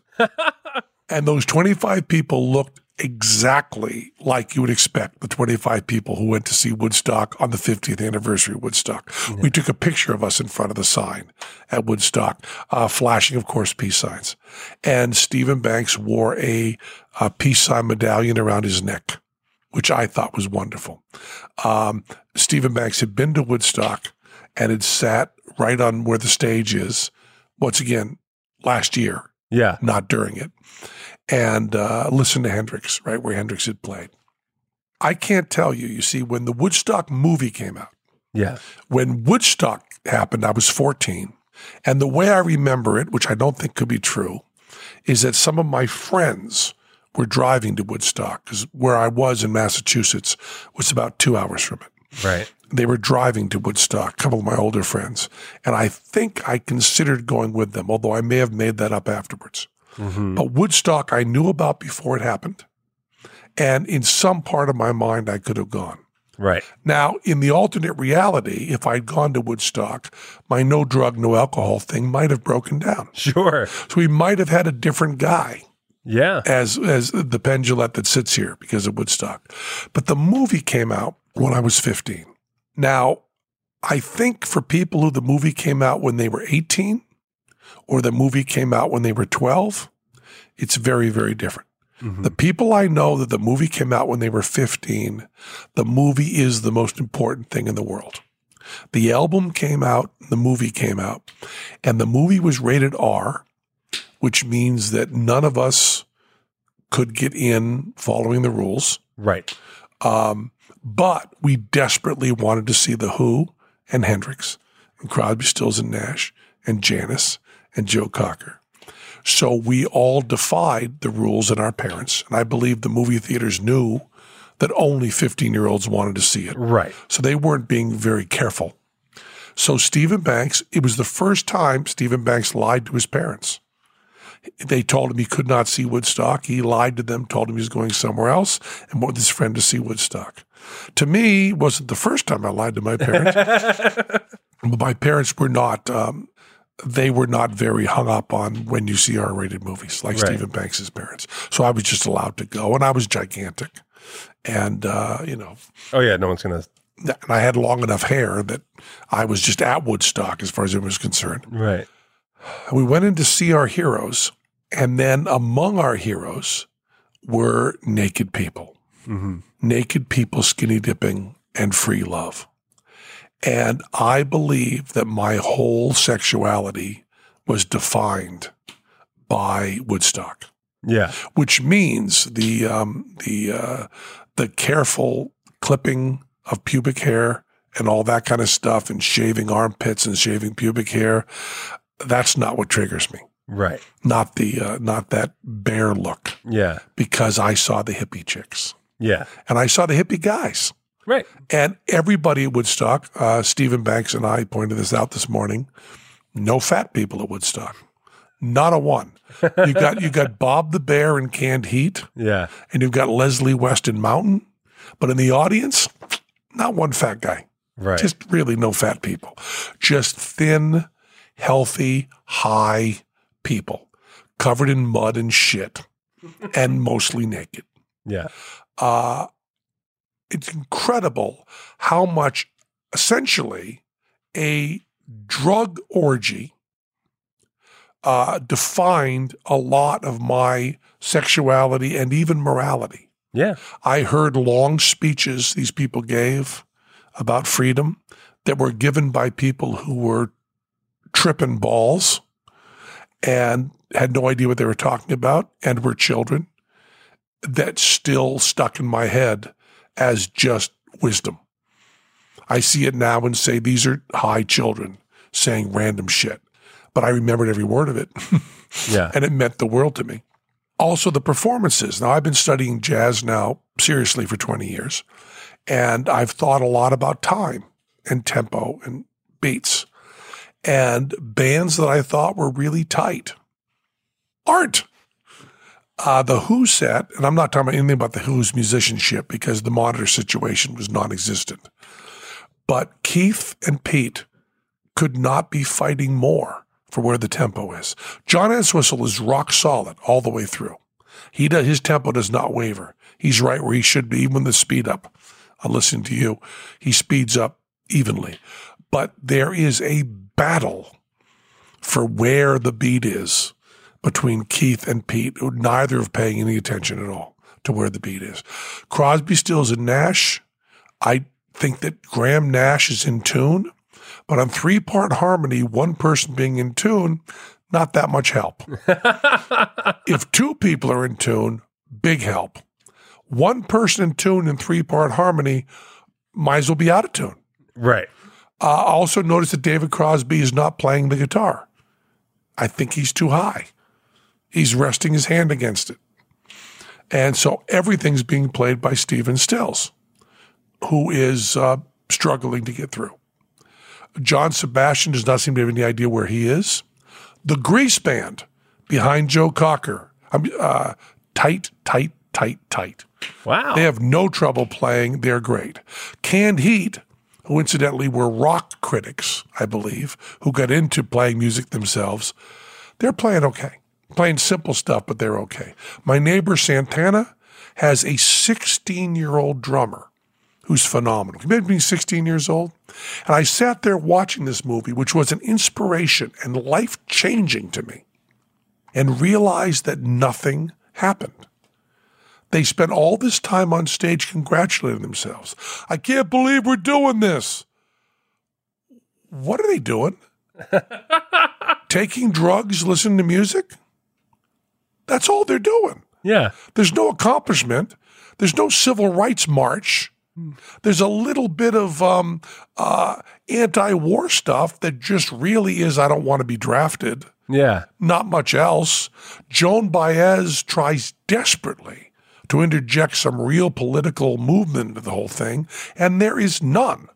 and those 25 people looked exactly like you would expect the 25 people who went to see Woodstock on the 50th anniversary of Woodstock. We took a picture of us in front of the sign at Woodstock, uh, flashing, of course, peace signs. And Stephen Banks wore a, uh peace sign medallion around his neck, which I thought was wonderful. Um, Stephen Banks had been to Woodstock and had sat right on where the stage is once again last year,
yeah.
not during it, and uh, listened to Hendrix, right where Hendrix had played. I can't tell you. You see, when the Woodstock movie came out,
Yeah.
when Woodstock happened, I was 14. And the way I remember it, which I don't think could be true, is that some of my friends were driving to Woodstock because where I was in Massachusetts was about two hours from it
Right.
they were driving to Woodstock, a couple of my older friends, and I think I considered going with them, although I may have made that up afterwards. But Woodstock I knew about before it happened, and in some part of my mind I could have gone.
Right.
Now, in the alternate reality, if I'd gone to Woodstock, my no drug, no alcohol thing might have broken down.
Sure.
So we might have had a different guy
Yeah.
as as the pendulette that sits here because of Woodstock. But the movie came out when I was 15. Now, I think for people who the movie came out when they were 18 or the movie came out when they were 12, it's very very different. The people I know that the movie came out when they were 15, the movie is the most important thing in the world. The album came out, the movie came out, and the movie was rated R, which means that none of us could get in following the rules,
Right.
but we desperately wanted to see The Who and Hendrix and Crosby, Stills, and Nash and Janis and Joe Cocker. So we all defied the rules and our parents. And I believe the movie theaters knew that only 15 year olds wanted to see it.
Right.
So they weren't being very careful. So Stephen Banks, it was the first time Stephen Banks lied to his parents. They told him he could not see Woodstock. He lied to them, told him he was going somewhere else and went with his friend to see Woodstock. To me, it wasn't the first time I lied to my parents. but my parents were not, um, they were not very hung up on when you see R rated movies like
Right.
Stephen Banks's parents. So I was just allowed to go and I was gigantic. And, uh, you know,
Oh yeah. No one's gonna.
and I had long enough hair that I was just at Woodstock as far as it was concerned.
Right.
We went in to see our heroes, and then among our heroes were naked people,
hmm
naked people skinny dipping and free love. And I believe that my whole sexuality was defined by Woodstock
Yeah.
which means the um, the uh, the careful clipping of pubic hair and all that kind of stuff, and shaving armpits and shaving pubic hair. That's not what triggers me.
Right.
Not the uh, not that bare look
Yeah.
because I saw the hippie chicks
Yeah.
and I saw the hippie guys.
Right.
And everybody at Woodstock, uh, Stephen Banks and I pointed this out this morning. No fat people at Woodstock, not a one. You got you got Bob the Bear in Canned Heat
Yeah.
and you've got Leslie Weston Mountain, but in the audience, not one fat guy.
Right.
Just really no fat people. Just thin, healthy, high people covered in mud and shit and mostly naked.
yeah.
Uh, it's incredible how much essentially a drug orgy uh, defined a lot of my sexuality and even morality.
Yeah.
I heard long speeches these people gave about freedom that were given by people who were tripping balls and had no idea what they were talking about and were children that still stuck in my head as just wisdom. I see it now and say these are high children saying random shit, but I remembered every word of it.
Yeah.
and it meant the world to me. Also, the performances. Now, I've been studying jazz now seriously for 20 years, and I've thought a lot about time and tempo and beats. and bands that I thought were really tight. Art. Uh, the Who set, and I'm not talking about anything about the Who's musicianship because the monitor situation was non existent. But Keith and Pete could not be fighting more for where the tempo is. John Entwistle is rock solid all the way through. He does, his tempo does not waver. He's right where he should be, even with the speed up. I'm listening to you. He speeds up evenly. But there is a battle for where the beat is between Keith and Pete, who neither of paying any attention at all to where the beat is. Crosby, Stills, and Nash, I think that Graham Nash is in tune, but on three part harmony, one person being in tune, not that much help. if two people are in tune, big help. One person in tune in three part harmony might as well be out of tune.
Right.
Uh, I also noticed that David Crosby is not playing the guitar. I think he's too high. He's resting his hand against it. And so everything's being played by Stephen Stills, who is uh, struggling to get through. John Sebastian does not seem to have any idea where he is. The Grease Band behind Joe Cocker. I mean, uh, tight, tight, tight, tight.
Wow.
They have no trouble playing. They're great. Canned Heat, who incidentally were rock critics, I believe, who got into playing music themselves, they're playing okay. Playing simple stuff, but they're okay. My neighbor Santana has a 16 year old drummer who's phenomenal. He may have been 16 years old. And I sat there watching this movie, which was an inspiration and life changing to me, and realized that nothing happened. They spent all this time on stage congratulating themselves. I can't believe we're doing this. What are they doing? Taking drugs, listening to music? That's all they're doing.
yeah.
There's no accomplishment. There's no civil rights march. There's a little bit of um, uh, anti war stuff that just really is I don't want to be drafted.
Yeah.
Not much else. Joan Baez tries desperately to interject some real political movement into the whole thing, and there is none.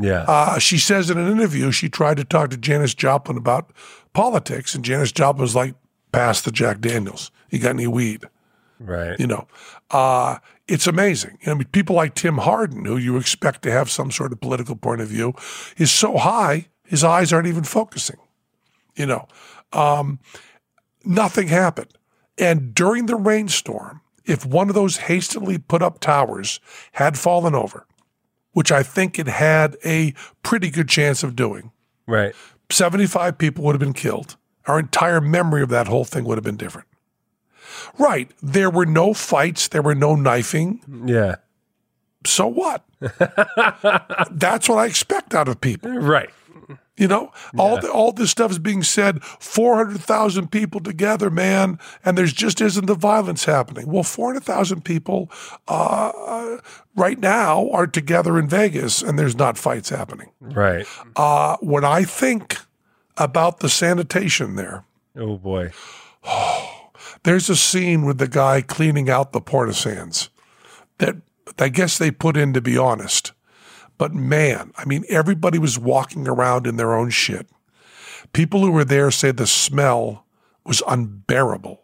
Yeah.
Uh, she says in an interview she tried to talk to Janice Joplin about politics, and Janice Joplin was like, pass the Jack Daniels. You got any weed?
right.
you know, uh, it's amazing. I mean, people like Tim Harden, who you expect to have some sort of political point of view, is so high his eyes aren't even focusing. You know, um, nothing happened. And during the rainstorm, if one of those hastily put up towers had fallen over, which I think it had a pretty good chance of doing,
Right.
75 people would have been killed. Our entire memory of that whole thing would have been different. Right. There were no fights. There were no knifing.
Yeah.
So what? That's what I expect out of people.
Right.
You know, all the, all this stuff is being said. Four hundred thousand people together, man, and there's just isn't the violence happening. Well, four hundred thousand people uh, right now are together in Vegas, and there's not fights happening.
Right.
Uh, when I think about the sanitation there,
Oh boy.
there's a scene with the guy cleaning out the porta sands that I guess they put in to be honest. But man, I mean, everybody was walking around in their own shit. People who were there say the smell was unbearable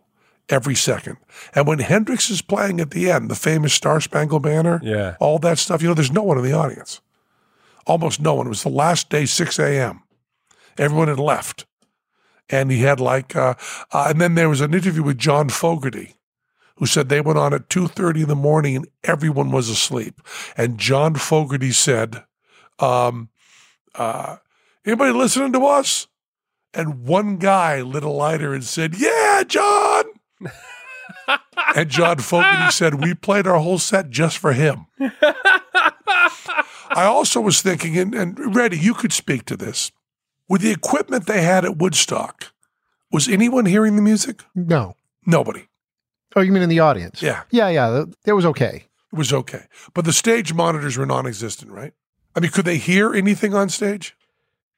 every second. And when Hendrix is playing at the end, the famous Star Spangled Banner,
Yeah.
all that stuff, you know, there's no one in the audience. Almost no one. It was the last day, 6 a.m. Everyone had left. And he had like, uh, uh, and then there was an interview with John Fogerty, who said they went on at 2.30 in the morning and everyone was asleep. And John Fogerty said, um, uh, anybody listening to us? And one guy lit a lighter and said, yeah, John. and John Fogerty said, we played our whole set just for him. I also was thinking, and, and Reddy, you could speak to this. With the equipment they had at Woodstock, was anyone hearing the music?
No.
Nobody.
Oh, you mean in the audience?
Yeah.
Yeah, yeah. th- That was okay.
It was okay. But the stage monitors were non existent, right? I mean, could they hear anything on stage?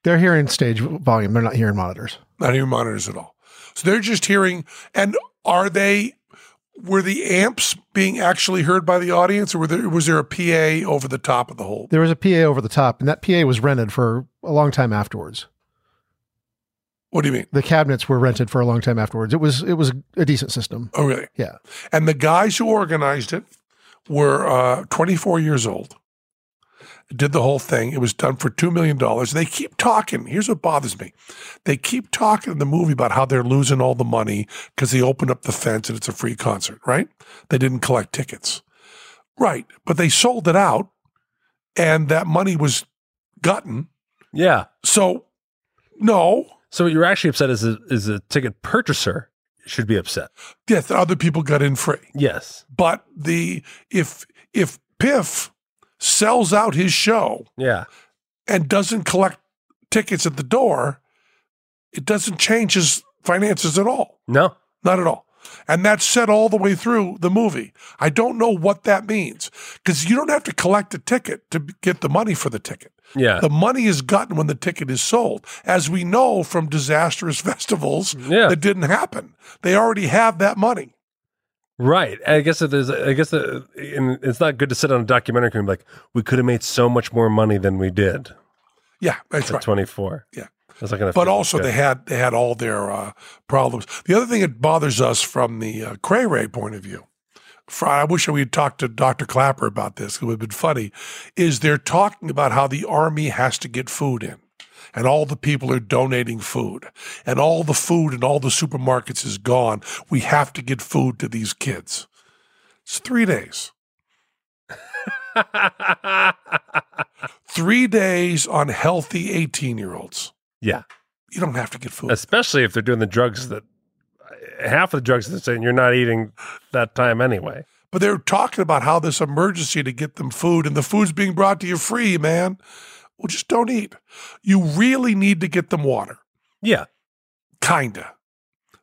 They're hearing stage volume. They're not hearing monitors.
Not hearing monitors at all. So they're just hearing. And are they, were the amps being actually heard by the audience or were there, was there a PA over the top of the whole?
There was a PA over the top, and that PA was rented for a long time afterwards.
What do you mean?
The cabinets were rented for a long time afterwards. It was it was a decent system.
Oh, really?
Yeah.
And the guys who organized it were uh, 24 years old. Did the whole thing. It was done for $2 million. They keep talking. Here's what bothers me. They keep talking in the movie about how they're losing all the money because they opened up the fence and it's a free concert, right? They didn't collect tickets. Right. But they sold it out and that money was gotten.
Yeah.
So, no.
So what you're actually upset is a, is a ticket purchaser should be upset.
Yes, other people got in free.
Yes.
but the if if Piff sells out his show
Yeah.
and doesn't collect tickets at the door, it doesn't change his finances at all.
No.
Not at all. And that's said all the way through the movie. I don't know what that means because you don't have to collect a ticket to b- get the money for the ticket.
Yeah.
The money is gotten when the ticket is sold, as we know from disastrous festivals
Yeah.
that didn't happen. They already have that money.
Right. I guess that there's. I guess that, and it's not good to sit on a documentary and be like, we could have made so much more money than we did
Yeah, that's
at
right.
24.
Yeah.
That's not gonna.
but
feel
also
good.
they had they had all their uh, problems. The other thing that bothers us from the uh, Cray Ray point of view, for, I wish we had talked to Doctor Clapper about this. It would have been funny. Is they're talking about how the army has to get food in, and all the people are donating food, and all the food in all the supermarkets is gone. We have to get food to these kids. It's three days. Three days on healthy eighteen-year-olds.
yeah.
You don't have to get food.
Especially if they're doing the drugs that half of the drugs that saying you're not eating that time anyway.
But they're talking about how this emergency to get them food and the food's being brought to you free, man. Well, just don't eat. You really need to get them water.
Yeah.
Kinda.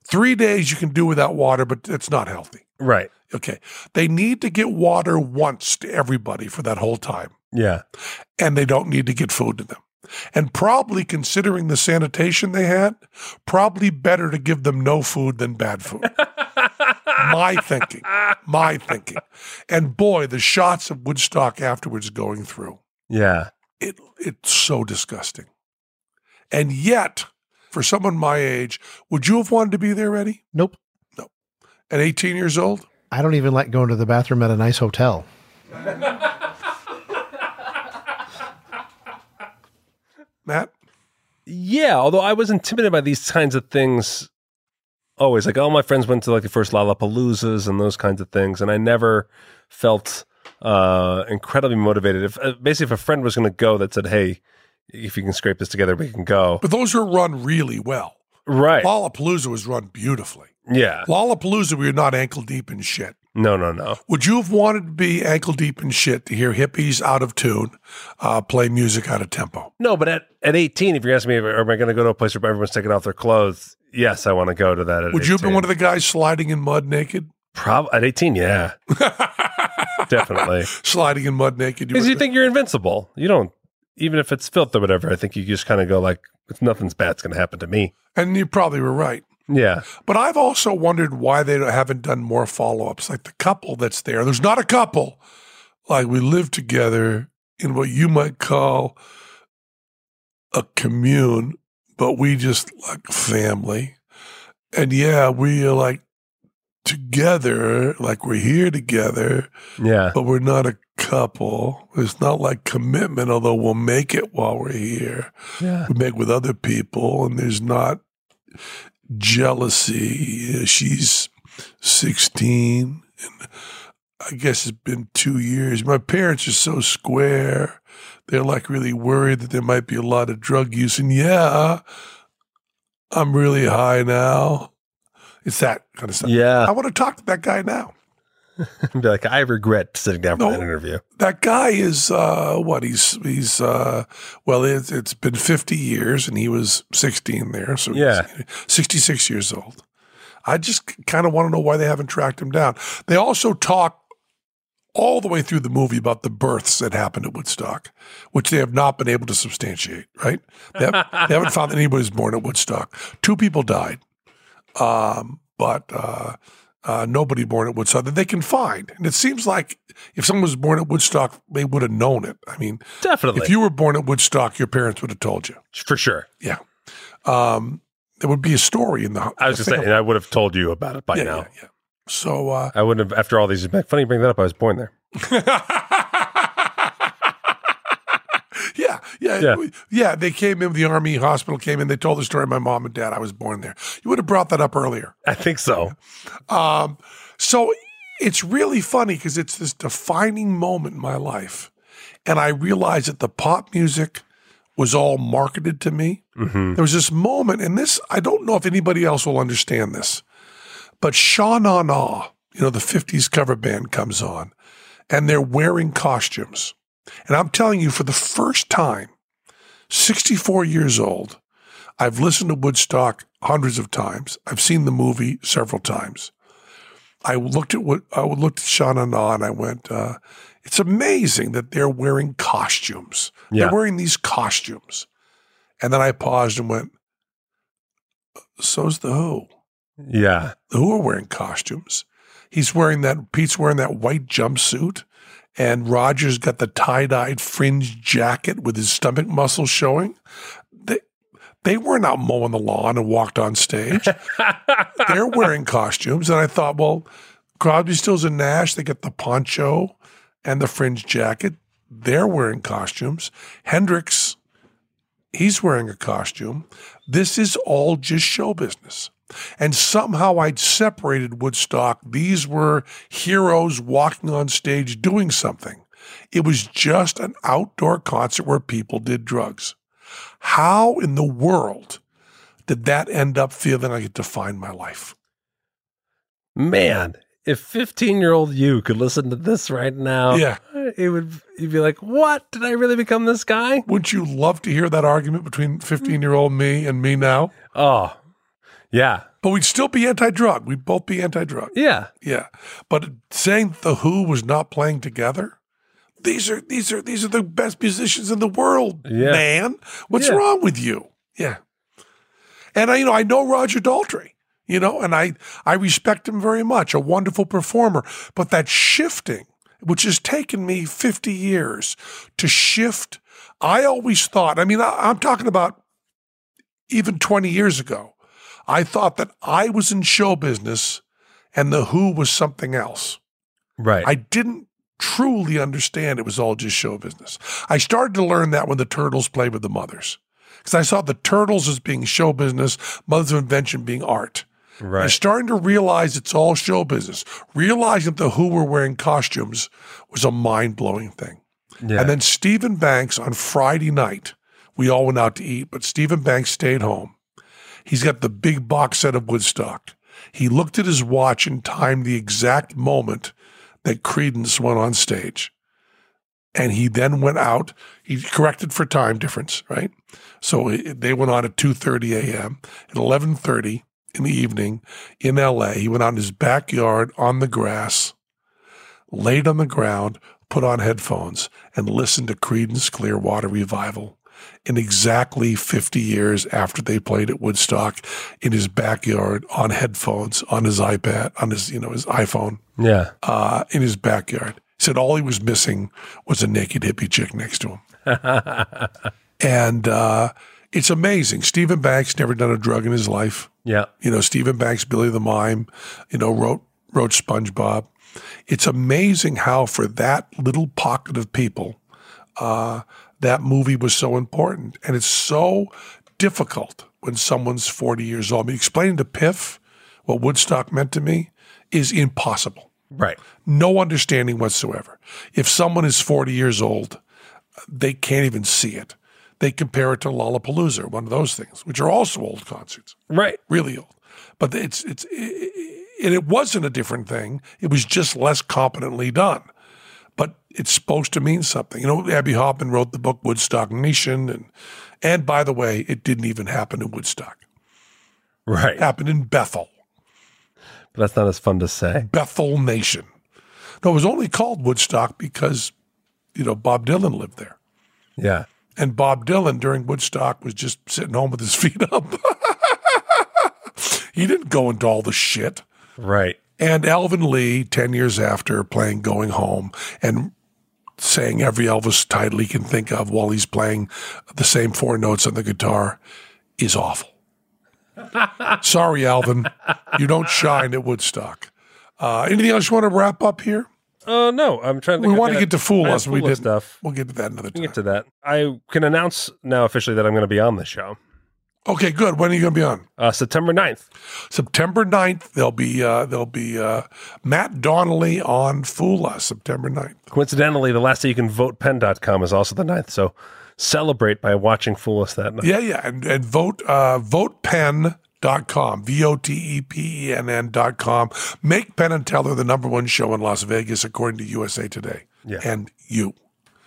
Three days you can do without water, but it's not healthy.
Right.
Okay. They need to get water once to everybody for that whole time,
Yeah.
and they don't need to get food to them. And probably considering the sanitation they had, probably better to give them no food than bad food. my thinking, my thinking. And boy, the shots of Woodstock afterwards going through.
Yeah.
It it's so disgusting. And yet, for someone my age, would you have wanted to be there, Eddie?
Nope.
At 18 years old?
I don't even like going to the bathroom at a nice hotel.
Matt?
Yeah, although I was intimidated by these kinds of things always. Like all my friends went to like the first Lollapaloozas and those kinds of things, and I never felt uh incredibly motivated. If uh, basically if a friend was going to go that said, "Hey, if you can scrape this together, we can go."
But those were run really well.
Right.
Lollapalooza was run beautifully.
Yeah.
Lollapalooza, we were not ankle deep in shit.
No, no, no.
Would you have wanted to be ankle deep in shit to hear hippies out of tune uh, play music out of tempo?
No, but at, at 18, if you're asking me, am I going to go to a place where everyone's taking off their clothes? Yes, I want to go to that. At
Would you have been
18.
one of the guys sliding in mud naked?
Prob- at 18, yeah. Definitely.
sliding in mud naked.
Because you think you're invincible. You don't, even if it's filth or whatever, I think you just kind of go like, it's nothing's bad's going to happen to me.
and you probably were right.
Yeah.
But I've also wondered why they haven't done more follow ups. Like the couple that's there, there's not a couple. Like we live together in what you might call a commune, but we just like family. And yeah, we are like together, like we're here together,
Yeah.
but we're not a couple. It's not like commitment, although we'll make it while we're here
Yeah.
we make with other people, and there's not jealousy. Uh, She's 16, and I guess it's been two years. My parents are so square. They're like really worried that there might be a lot of drug use. And yeah, I'm really high now. It's that kind of stuff. I
Yeah.
want to talk to that guy now.
Be like, I regret sitting down for
No.
that interview.
that guy is uh, what he's he's uh, well it's, it's been 50 years and he was 16 there so he's
Yeah.
66 years old i just kind of want to know why they haven't tracked him down they also talk all the way through the movie about the births that happened at woodstock which they have not been able to substantiate right they, have, they haven't found that anybody was born at woodstock two people died um, but uh, uh, nobody born at Woodstock that they can find. And it seems like if someone was born at Woodstock, they would have known it. I mean,
Definitely.
if you were born at Woodstock, your parents would have told you.
for sure.
Um, There would be a story in the.
I was just saying, and I would have told you about it by
yeah,
now.
yeah, yeah. So, uh,
I wouldn't have, after all these, funny you bring that up. I was born there.
yeah, yeah,
Yeah.
yeah, They came in, the army hospital came in. They told the story. of My mom and dad. I was born there. You would have brought that up earlier.
I think so.
Um, so it's really funny because it's this defining moment in my life, and I realized that the pop music was all marketed to me.
hmm
There was this moment, and this I don't know if anybody else will understand this, but Sha Na Na, you know, the '50s cover band comes on, and they're wearing costumes, and I'm telling you, for the first time, 64 years old, I've listened to Woodstock hundreds of times. I've seen the movie several times. I looked at what I looked at Sha Na Na, and I went, uh, "It's amazing that they're wearing costumes.
Yeah.
They're wearing these costumes." And then I paused and went, "Uh, So's the Who.
Yeah.
The Who are wearing costumes. He's wearing that, Pete's wearing that white jumpsuit, and Roger's got the tie dyed fringe jacket with his stomach muscles showing. They, they weren't out mowing the lawn and walked on stage. They're wearing costumes. And I thought, well, Crosby, Stills, and Nash, they get the poncho and the fringe jacket. They're wearing costumes. Hendrix, he's wearing a costume. This is all just show business. And somehow I'd separated Woodstock. These were heroes walking on stage doing something. It was just an outdoor concert where people did drugs. How in the world did that end up feeling like it defined my life?
Man, if 15 year old you could listen to this right now,
Yeah.
it would, you'd be like, what? Did I really become this guy?
Wouldn't you love to hear that argument between 15 year old me and me now?
Oh, yeah.
But we'd still be anti drug. We'd both be anti drug.
Yeah.
Yeah, but saying the Who was not playing together. These are these are these are the best musicians in the world,
Yeah.
man. What's
Yeah.
wrong with you? Yeah. And I, you know, I know Roger Daltrey, you know, and I I respect him very much, a wonderful performer. But that shifting, which has taken me 50 years to shift, I always thought, I mean, I, I'm talking about even 20 years ago. I thought that I was in show business and the who was something else.
Right.
I didn't truly understand it was all just show business. I started to learn that when the turtles played with the mothers. Because I saw the turtles as being show business, mothers of invention being art. I'm
right.
starting to realize it's all show business. Realizing that the Who were wearing costumes was a mind blowing thing.
Yeah.
And then Stephen Banks on Friday night, we all went out to eat, but Stephen Banks stayed home. He's got the big box set of Woodstock. He looked at his watch and timed the exact moment that Credence went on stage. And he then went out. He corrected for time difference, right? So it- they went on at 2:30 a.m. At 11:30 in the evening in L.A., he went out in his backyard on the grass, laid on the ground, put on headphones, and listened to Creedence Clearwater Revival. In exactly 50 years after they played at Woodstock, in his backyard, on headphones, on his iPad, on his you know his iPhone
yeah.
uh, in his backyard. He said all he was missing was a naked hippie chick next to him. and uh, it's amazing. Stephen Banks never done a drug in his life.
Yeah.
You know, Stephen Banks, Billy the Mime, you know, wrote wrote SpongeBob. It's amazing how for that little pocket of people, uh, that movie was so important. And it's so difficult when someone's 40 years old. I mean, explaining to Piff what Woodstock meant to me is impossible
Right.
no understanding whatsoever. If someone is 40 years old, they can't even see it. They compare it to Lollapalooza, one of those things, which are also old concerts,
Right.
really old. But it's it's and it wasn't a different thing. It was just less competently done. But it's supposed to mean something. You know, Abby Hoffman wrote the book Woodstock Nation, and and by the way, it didn't even happen in Woodstock.
Right.
It happened in Bethel.
But that's not as fun to say.
Bethel Nation. No, it was only called Woodstock because, you know, Bob Dylan lived there.
Yeah.
And Bob Dylan during Woodstock was just sitting home with his feet up. he didn't go into all the shit.
Right.
And Alvin Lee, 10 years after, playing Going Home and saying every Elvis title he can think of while he's playing the same four notes on the guitar is awful. Sorry, Alvin. You don't shine at Woodstock. Uh, anything else you want to wrap up here?
Uh, no, I'm trying to.
We
I'm
want to
gonna-
get to Fool
I'm
Us. We
Fool Us
did
stuff.
We'll get to that another
We can
time.
get to that. I can announce now officially that I'm going to be on the show
Okay, good. When are you going to be on?
uh, September 9th.
September 9th, there'll be uh, there'll be uh, Matt Donnelly on Fool Us September 9th.
Coincidentally, the last day you can vote pen.com is also the 9th. So celebrate by watching Fool Us that night.
Yeah, yeah. And, and vote uh, votepen.com, V O T E P E N N.com. Make Penn and Teller the number one show in Las Vegas, according to USA Today.
Yeah.
And you.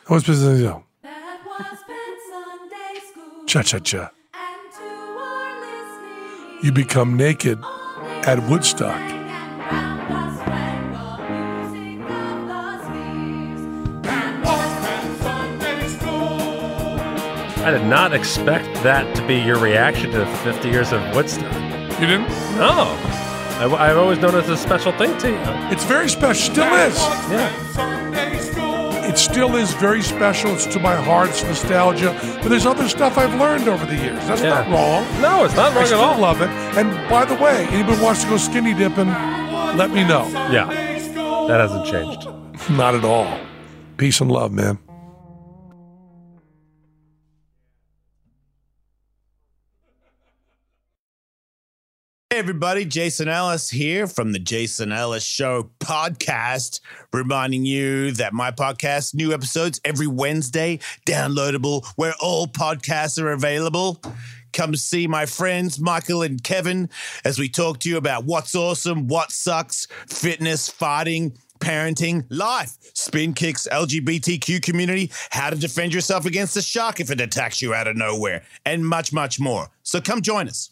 What's business? you?
That was Penn Sunday School.
Cha cha cha.
And to our listening
You become naked
ears,
at Woodstock.
only and round us rang the music of the spheres. That was Penn Sunday School.
I did not expect that to be your reaction to 50 years of Woodstock.
You didn't?
No. I, I've always known it's a special thing to you.
It's very special. Still is. It still is very special. It's to my heart's nostalgia. But there's other stuff I've learned over the years. That's
Yeah.
not wrong.
No, it's not
I
wrong at
still
all.
love it. And by the way, anybody wants to go skinny dipping, let me know.
Yeah. That hasn't changed.
Not at all. Peace and love, man.
Hey everybody, Jason Ellis here from the Jason Ellis Show podcast, reminding you that my podcast, new episodes every Wednesday, downloadable where all podcasts are available. Come see my friends Michael and Kevin as we talk to you about what's awesome, what sucks, fitness, fighting, parenting, life, spin kicks, LGBTQ community, how to defend yourself against a shark if it attacks you out of nowhere, and much, much more. So come join us.